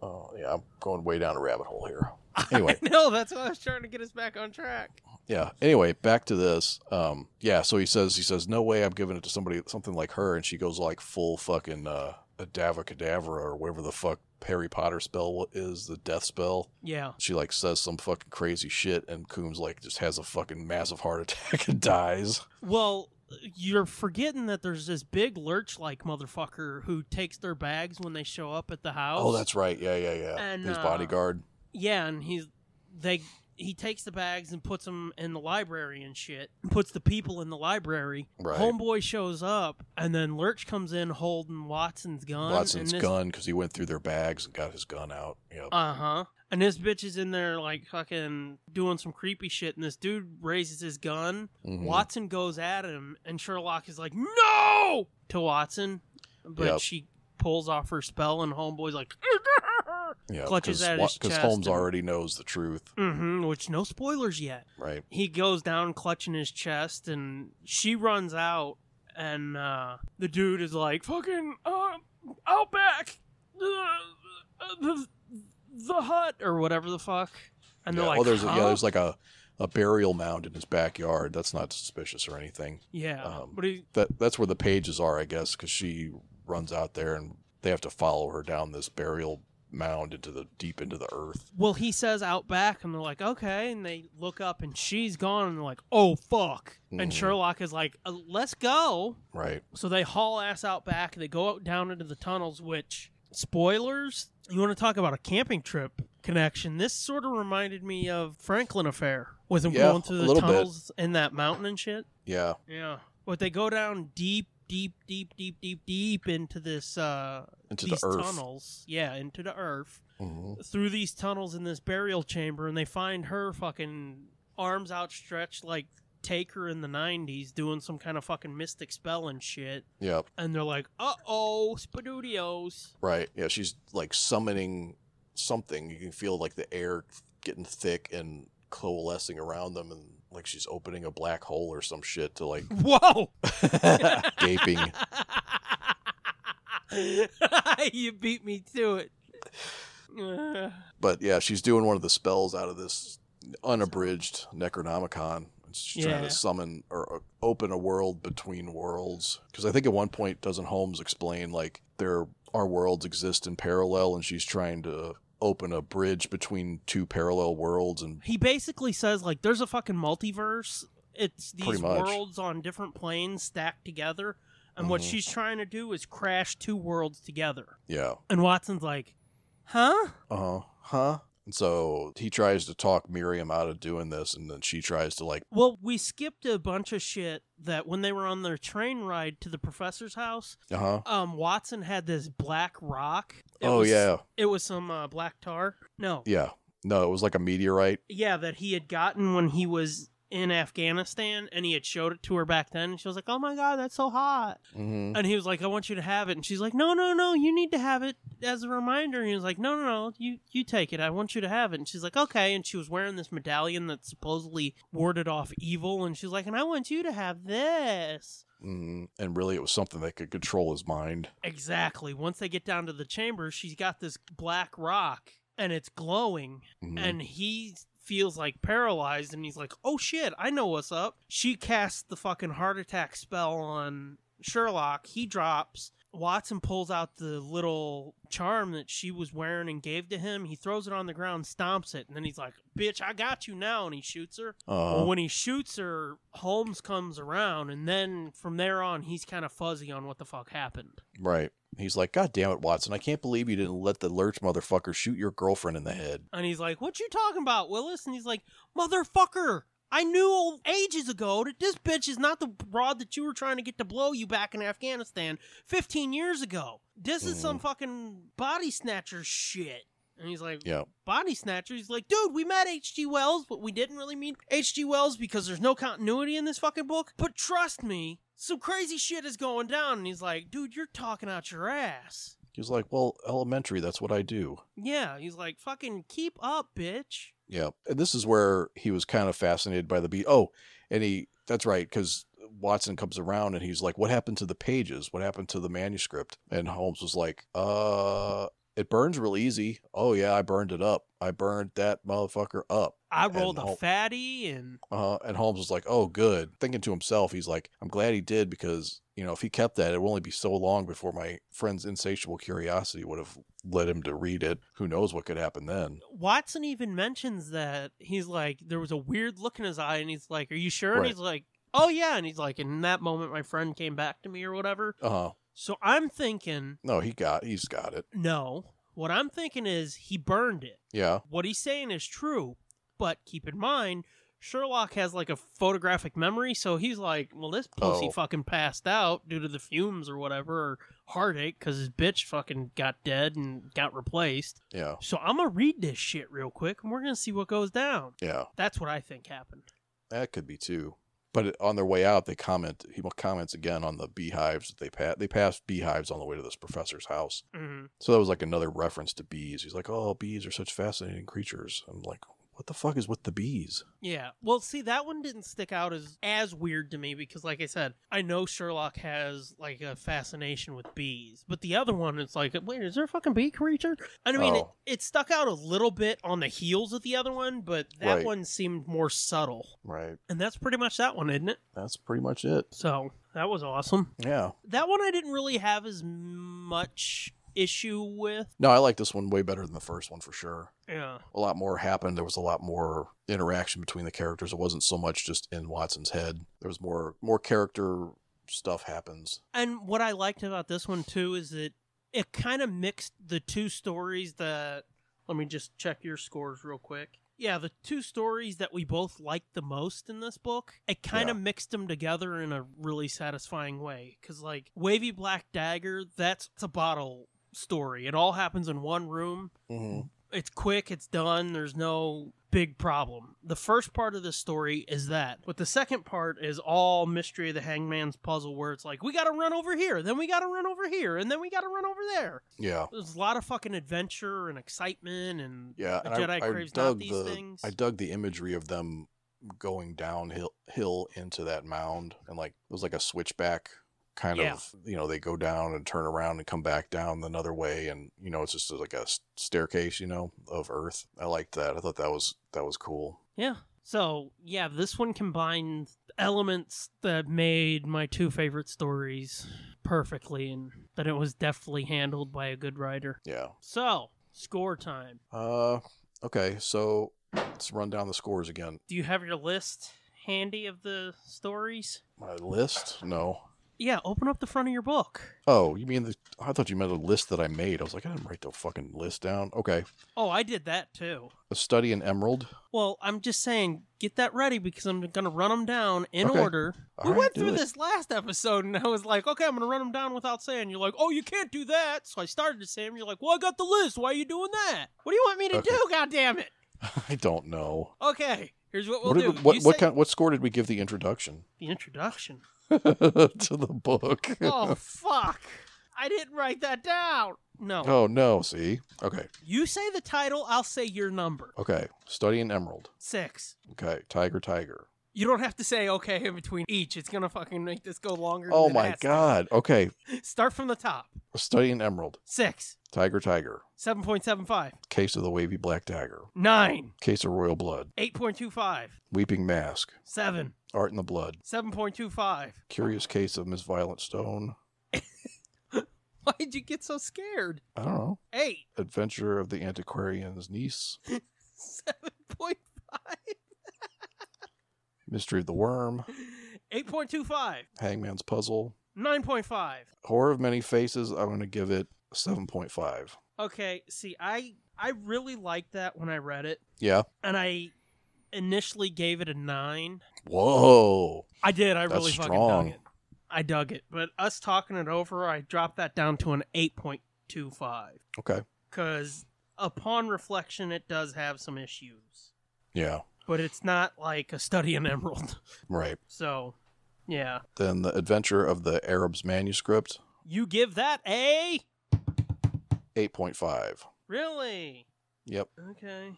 Oh yeah, I'm going way down a rabbit hole here. Anyway. [laughs] No, that's why I was trying to get us back on track. yeah anyway back to this um yeah so he says he says no way i'm giving it to somebody something like her and she goes like full fucking uh adava cadavra or whatever the fuck harry potter spell wa- is the death spell Yeah. she like says some [laughs] fucking crazy shit and coombs like just has a fucking massive heart attack and dies Well, you're forgetting that there's this big lurch like motherfucker who takes their bags when they show up at the house. Oh, that's right. Yeah, yeah, yeah. And, His uh, bodyguard. yeah, and he's they he takes the bags and puts them in the library and shit. Puts the people in the library. Right. Homeboy shows up, and then Lurch comes in holding Watson's gun. and Watson's this, gun because he went through their bags and got his gun out. Yep. Uh huh. And this bitch is in there like fucking doing some creepy shit, and this dude raises his gun. Mhm. Watson goes at him, and Sherlock is like, "No!" to Watson, but Yep. she pulls off her spell, and Homeboy's like, [laughs] yeah, clutches at his because chest Holmes and- already knows the truth, "Mm-hmm." Which no spoilers yet. right? He goes down, clutching his chest, and she runs out, and uh, the dude is like, "Fucking uh, out back, the, the the hut or whatever the fuck," and yeah. they're like, oh, there's a, yeah, "Huh?" there's like a, a burial mound in his backyard. That's not suspicious or anything. Yeah, Um, but he, That that's where the pages are, I guess, because she runs out there and they have to follow her down this burial mound into the deep into the earth. well, he says out back, and they're like, okay, and they look up, and she's gone, and they're like, oh fuck, and Mhm. Sherlock is like, uh, let's go. Right. So they haul ass out back, and they go out down into the tunnels. Which spoilers? You want to talk about a camping trip connection? This sort of reminded me of Franklin Affair with them Yeah, going through a the little bit. tunnels in that mountain and shit. Yeah. Yeah, but they go down deep, deep, deep, deep, deep, deep into this uh, Into these the earth. tunnels. Yeah, into the earth Mhm. through these tunnels in this burial chamber and they find her fucking arms outstretched like Taker in the 90s doing some kind of fucking mystic spell and shit. Yeah. And they're like, uh oh, Spadudios. Right. Yeah. She's like summoning something. You can feel like the air getting thick and coalescing around them, and like she's opening a black hole or some shit to like Whoa! [laughs] gaping. [laughs] you beat me to it. [sighs] Uh, But yeah, she's doing one of the spells out of this unabridged Necronomicon. She's trying Yeah. to summon or uh, open a world between worlds. Because I think at one point, doesn't Holmes explain like there our worlds exist in parallel, and she's trying to open a bridge between two parallel worlds and he basically says, like, there's a fucking multiverse. It's these Pretty much. worlds on different planes stacked together. And what Mhm. she's trying to do is crash two worlds together. yeah. And Watson's like, huh? Uh huh. And so he tries to talk Miriam out of doing this, and then she tries to like, Well, we skipped a bunch of shit that when they were on their train ride to the professor's house, uh huh. um, Watson had this black rock. It Oh was- yeah, It was some uh, black tar. No. yeah. No, it was like a meteorite. Yeah, that he had gotten when he was in Afghanistan and he had showed it to her back then. And she was like, oh my God, that's so hot. Mm-hmm. And he was like, I want you to have it. And she's like, No, no, no, you need to have it as a reminder. And he was like, No, no, no, you, you take it. I want you to have it. And she's like, Okay. And she was wearing this medallion that supposedly warded off evil. And she's like, And I want you to have this. hmm And really, it was something that could control his mind. Exactly. Once they get down to the chamber, she's got this black rock and it's glowing. Mhm. And he feels like paralyzed and he's like, Oh shit, I know what's up. She casts the fucking heart attack spell on Sherlock. He drops. Watson pulls out the little charm that she was wearing and gave to him. He throws it on the ground, stomps it, and then he's like, Bitch, I got you now. And he shoots her. Uh, Well, when he shoots her, Holmes comes around, and then from there on, he's kind of fuzzy on what the fuck happened. right. He's like, God damn it, Watson! I can't believe you didn't let the lurch motherfucker shoot your girlfriend in the head. And he's like, What you talking about, Willis? And he's like, Motherfucker, I knew ages ago that this bitch is not the broad that you were trying to get to blow you back in Afghanistan 15 years ago. This is some fucking body snatcher shit. And he's like, Yeah. Body snatcher? He's like, Dude, we met H.G. Wells, but we didn't really meet H.G. Wells because there's no continuity in this fucking book. But trust me, some crazy shit is going down. And he's like, Dude, you're talking out your ass. He's like, Well, elementary. That's what I do. Yeah, he's like, Fucking keep up, bitch. Yeah. And this is where he was kind of fascinated by the beat. Oh, and he, that's right, because Watson comes around and he's like, What happened to the pages? What happened to the manuscript? And Holmes was like, Uh, it burns real easy. Oh, yeah, I burned it up. I burned that motherfucker up. I rolled And a Hol- fatty and Uh, and Holmes was like, Oh, good. Thinking to himself, he's like, I'm glad he did because, you know, if he kept that, it would only be so long before my friend's insatiable curiosity would have led him to read it. Who knows what could happen then? Watson even mentions that he's like there was a weird look in his eye and he's like, "Are you sure?" And Right. he's like, oh yeah, and he's like, in that moment, my friend came back to me or whatever. Uh huh. So I'm thinking, No, he got he's got it. no. What I'm thinking is he burned it. Yeah. What he's saying is true, but keep in mind, Sherlock has like a photographic memory, so he's like, well, this pussy Oh. fucking passed out due to the fumes or whatever, or heartache because his bitch fucking got dead and got replaced. Yeah. So I'm gonna read this shit real quick, and we're gonna see what goes down. Yeah. That's what I think happened. That could be too. But it- on their way out, they comment. He comments again on the beehives that they passed. They passed beehives on the way to this professor's house. Mm. So that was like another reference to bees. He's like, "Oh, bees are such fascinating creatures." I'm like, "What the fuck is with the bees?" Yeah. Well, see, that one didn't stick out as as weird to me because, like I said, I know Sherlock has like a fascination with bees, but the other one, it's like, wait, is there a fucking bee creature? I mean, Oh. it, it stuck out a little bit on the heels of the other one, but that Right. one seemed more subtle. Right. And that's pretty much that one, isn't it? That's pretty much it. So that was awesome. Yeah. That one I didn't really have as much issue with. No, I like this one way better than the first one for sure. Yeah. A lot more happened. There was a lot more interaction between the characters. It wasn't so much just in Watson's head. There was more more character stuff happens. And what I liked about this one too is that it kind of mixed the two stories that let me just check your scores real quick. Yeah, the two stories that we both liked the most in this book, it kind of Yeah. mixed them together in a really satisfying way. Because, like, Wavy Black Dagger, that's it's a bottle story. It all happens in one room. Mm-hmm. It's quick, it's done, there's no big problem. The first part of the story is that, but the second part is all mystery of the hangman's puzzle where it's like, we gotta run over here, then we gotta run over here, and then we gotta run over there. Yeah. There's a lot of fucking adventure and excitement and Yeah, the and I- Jedi I, craves not dug these the things. I dug the imagery of them going downhill hill into that mound, and like it was like a switchback kind Yeah. of. You know, they go down and turn around and come back down another way, and you know, it's just like a s- staircase, you know, of Earth. I liked that. I thought that was that was cool. Yeah. So, yeah, this one combined elements that made my two favorite stories perfectly and that it was deftly handled by a good writer. Yeah. So, score time. Uh. Okay. So let's run down the scores again. Do you have your list handy of the stories? My list? No. Yeah, open up the front of your book. Oh, you mean the? I thought you meant a list that I made. I was like, I didn't write the fucking list down. Okay. Oh, I did that too. A study in emerald. [laughs] Well, I'm just saying, get that ready because I'm going to run them down in Okay. order. All we right, went do through it. this last episode and I was like, okay, I'm going to run them down without saying. You're like, oh, you can't do that. So I started to say 'em. You're like, well, I got the list. Why are you doing that? What do you want me to Okay. do? God damn it. I don't know. Okay, here's what we'll what, did do. we- what, You what say- kind? What score did we give the introduction [laughs] The introduction. to the book? oh, fuck. I didn't write that down. No. Oh, no! See, okay, You say the title, I'll say your number. okay. Study in Emerald. Six. Okay, Tiger, Tiger. You don't have to say okay in between each. It's gonna fucking make this go longer. Oh than it my has to. God! Okay, Start from the top. Study in Emerald. Six. Tiger, Tiger. Seven point seven five. Case of the Wavy Black Dagger. Nine. Case of Royal Blood. Eight point two five. Weeping Mask. Seven. Art in the Blood. Seven point two five. [laughs] Curious Case of Miss Violet Stone. Why did you get so scared? I don't know. Eight. Adventure of the Antiquarian's Niece. Seven point five. Mystery of the Worm. Eight point two five. Hangman's Puzzle. Nine point five. Horror of Many Faces. I'm going to give it a 7.5. Okay, see I I really liked that when I read it. Yeah. And I initially gave it a nine. Whoa. I did. I That's really fucking strong. dug it. I dug it. But us talking it over, I dropped that down to an 8.25. Okay. Because upon reflection, it does have some issues. Yeah. But it's not like a study in Emerald. [laughs] Right. So, yeah. Then the Adventure of the Arab's Manuscript, You give that a. 8.5. Really? Yep. Okay.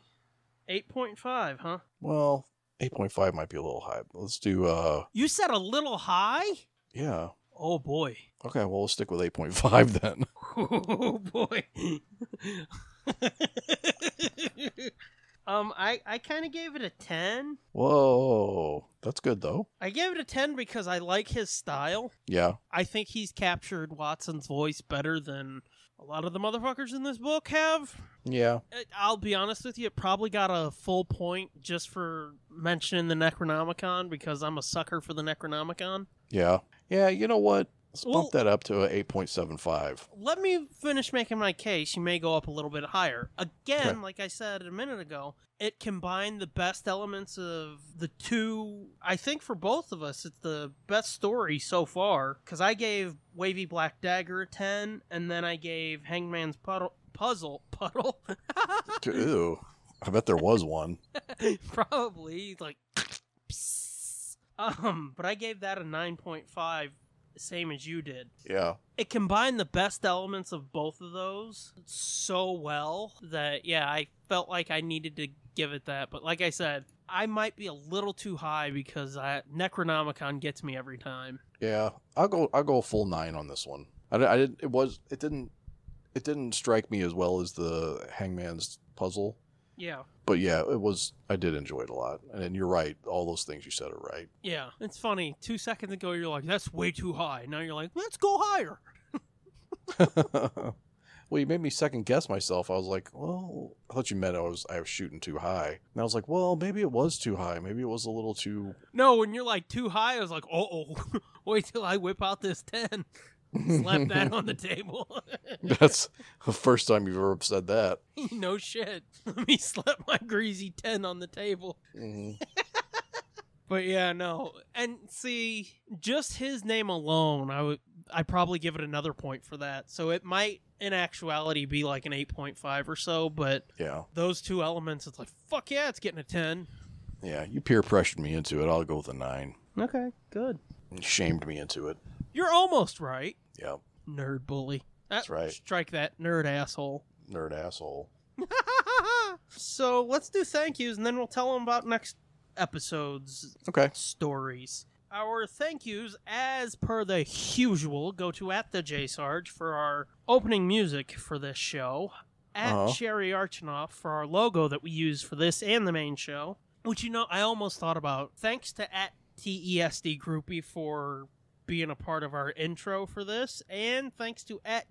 8.5, huh? Well, 8.5 might be a little high. but Let's do, uh, You said a little high? yeah. Oh, boy. [laughs] Okay, well, let's stick with 8.5 [laughs] then. Oh boy. [laughs] um, I I kind of gave it a ten. Whoa. That's good, though. I gave it a ten because I like his style. Yeah. I think he's captured Watson's voice better than A lot of the motherfuckers in this book have. Yeah. I- I'll be honest with you, it probably got a full point just for mentioning the Necronomicon because I'm a sucker for the Necronomicon. Yeah. Yeah. You know what? Let's Well- bump that up to a [laughs] 8.75. Let me finish making my case. You may go up a little bit higher. Again, Okay. like I said a minute ago, it combined the best elements of the two. I think for both of us, it's the best story so far because I gave Wavy Black Dagger a 10, and then I gave Hangman's Puddle. Puzzle [laughs] puddle, Ew. I bet there was one. probably like [laughs] psst. um but i gave that a 9.5 same as you did Yeah. it combined the best elements of both of those so well that yeah i felt like i needed to give it that but like i said i might be a little too high because I, necronomicon gets me every time Yeah. I'll go, I'll go full nine on this one. I, di- I didn't, it was, it didn't, it didn't strike me as well as the hangman's puzzle. yeah But yeah, it was, I did enjoy it a lot. And, then you're right. All those things you said are right. yeah it's funny two seconds ago you're like that's way too high now you're like let's go higher [laughs] well, you made me second guess myself. I was like, well, I thought you meant I was I was shooting too high, and I was like, well, maybe it was too high. Maybe it was a little too. No, when you're like too high, I was like, oh, [laughs] wait till I whip out this 10. Slap that on the table. [laughs] That's the first time you've ever said that. no shit. Let me slap my greasy 10 on the table. Mhm. But yeah, no. And see, just his name alone, I would I probably give it another point for that. So it might in actuality be like an 8.5 or so, but Yeah, those two elements it's like fuck yeah, it's getting a 10. yeah. You peer pressured me into it. I'll go with a nine. Okay, good. You shamed me into it. You're almost right. Yeah, Nerd bully. That's right. Strike that nerd asshole. [laughs] nerd asshole. so let's do thank yous and then we'll tell them about next episode's Okay. stories. Our thank yous, as per the usual, go to at the J Sarge for our opening music for this show, at Uh-huh. Sherry Archinoff for our logo that we use for this and the main show. Which you know, I almost thought about. Thanks to at TESD Groupie for being a part of our intro for this, and thanks to at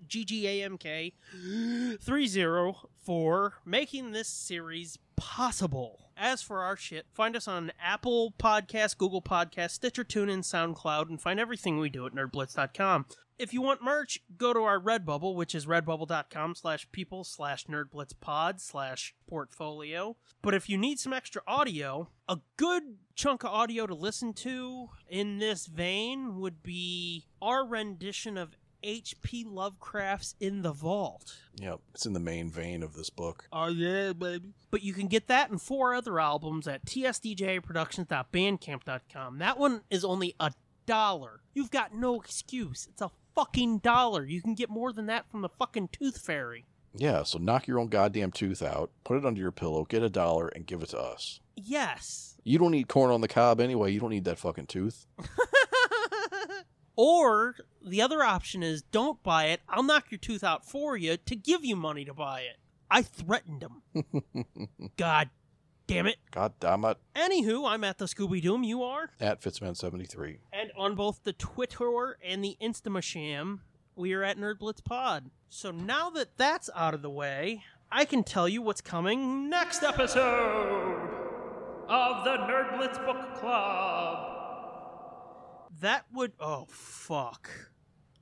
GGAMK30 for making this series possible. As for our shit, find us on Apple Podcasts, Google Podcasts, Stitcher, TuneIn, SoundCloud, and find everything we do at nerdblitz.com. If you want merch, go to our Redbubble, which is redbubble.com slash people slash nerdblitzpod slash portfolio. But if you need some extra audio, a good chunk of audio to listen to in this vein would be our rendition of H.P. Lovecraft's In the Vault. Yep. It's in the main vein of this book. Oh, yeah, baby. But you can get that and four other albums at tsdjproductions.bandcamp.com. That one is only a dollar. You've got no excuse. It's a fucking dollar. You can get more than that from the fucking Tooth Fairy. Yeah. So knock your own goddamn tooth out, put it under your pillow, get a dollar, and give it to us. [laughs] Yes. You don't need corn on the cob anyway. You don't need that fucking tooth. or the other option is don't buy it. I'll knock your tooth out for you to give you money to buy it. I threatened him. [laughs] God damn it. God damn it. Anywho, I'm at the Scooby Doom. You are? At Fitzman73. And on both the Twitter and the Instamasham, we are at Nerd Blitz Pod. So now that that's out of the way, I can tell you what's coming next episode of the Nerd Blitz Book Club. That would oh fuck.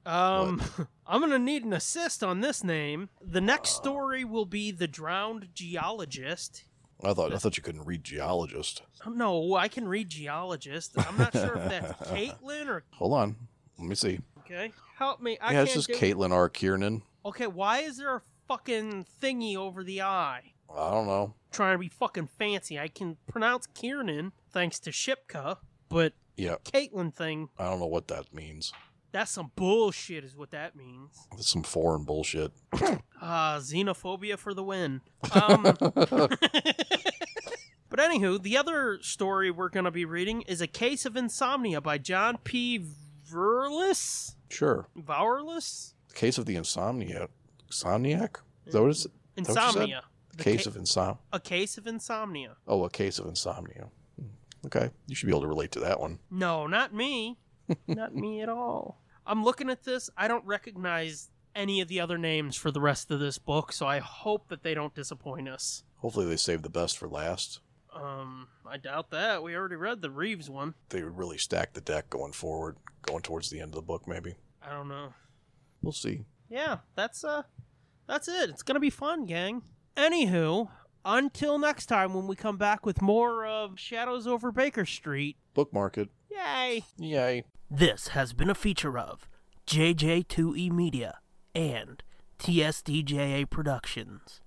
Um [laughs] I'm going to need an assist on this name. The next story will be The Drowned Geologist. Oh, I thought I thought you couldn't read geologist. No, I can read geologist. I'm not sure if that's Caitlin or Hold on, let me see. Okay. Help me. I yeah, can't it's just do- Caitlin R. Kiernan. Okay, why is there a fucking thingy over the eye? I don't know. Trying to be fucking fancy. I can pronounce Kiernan thanks to Shipka, but Yeah, Caitlin thing, I don't know what that means. that's some bullshit is what that means. It's some foreign bullshit. Ah, xenophobia for the win. [laughs] Um [laughs] But anywho, the other story we're gonna be reading is A Case of Insomnia by John P. Verlis? Sure. Vowerlis? The case of the insomnia. Insomniac? Is that what it's? that what you said? Insomnia. The Case ca- of insom. a case of insomnia. Oh, a case of insomnia. Hmm, Okay, you should be able to relate to that one. No, not me. not me at all. I'm looking at this. I don't recognize any of the other names for the rest of this book, so I hope that they don't disappoint us. Hopefully, they save the best for last. Um, I doubt that. We already read the Reeves one. They would really stack the deck going forward, going towards the end of the book, maybe. I don't know. We'll see. Yeah, that's uh that's it. It's gonna be fun, gang. Anywho, until next time when we come back with more of Shadows Over Baker Street. Book market. Yay! Yay. This has been a feature of E JJ2E Media and TSDJA Productions.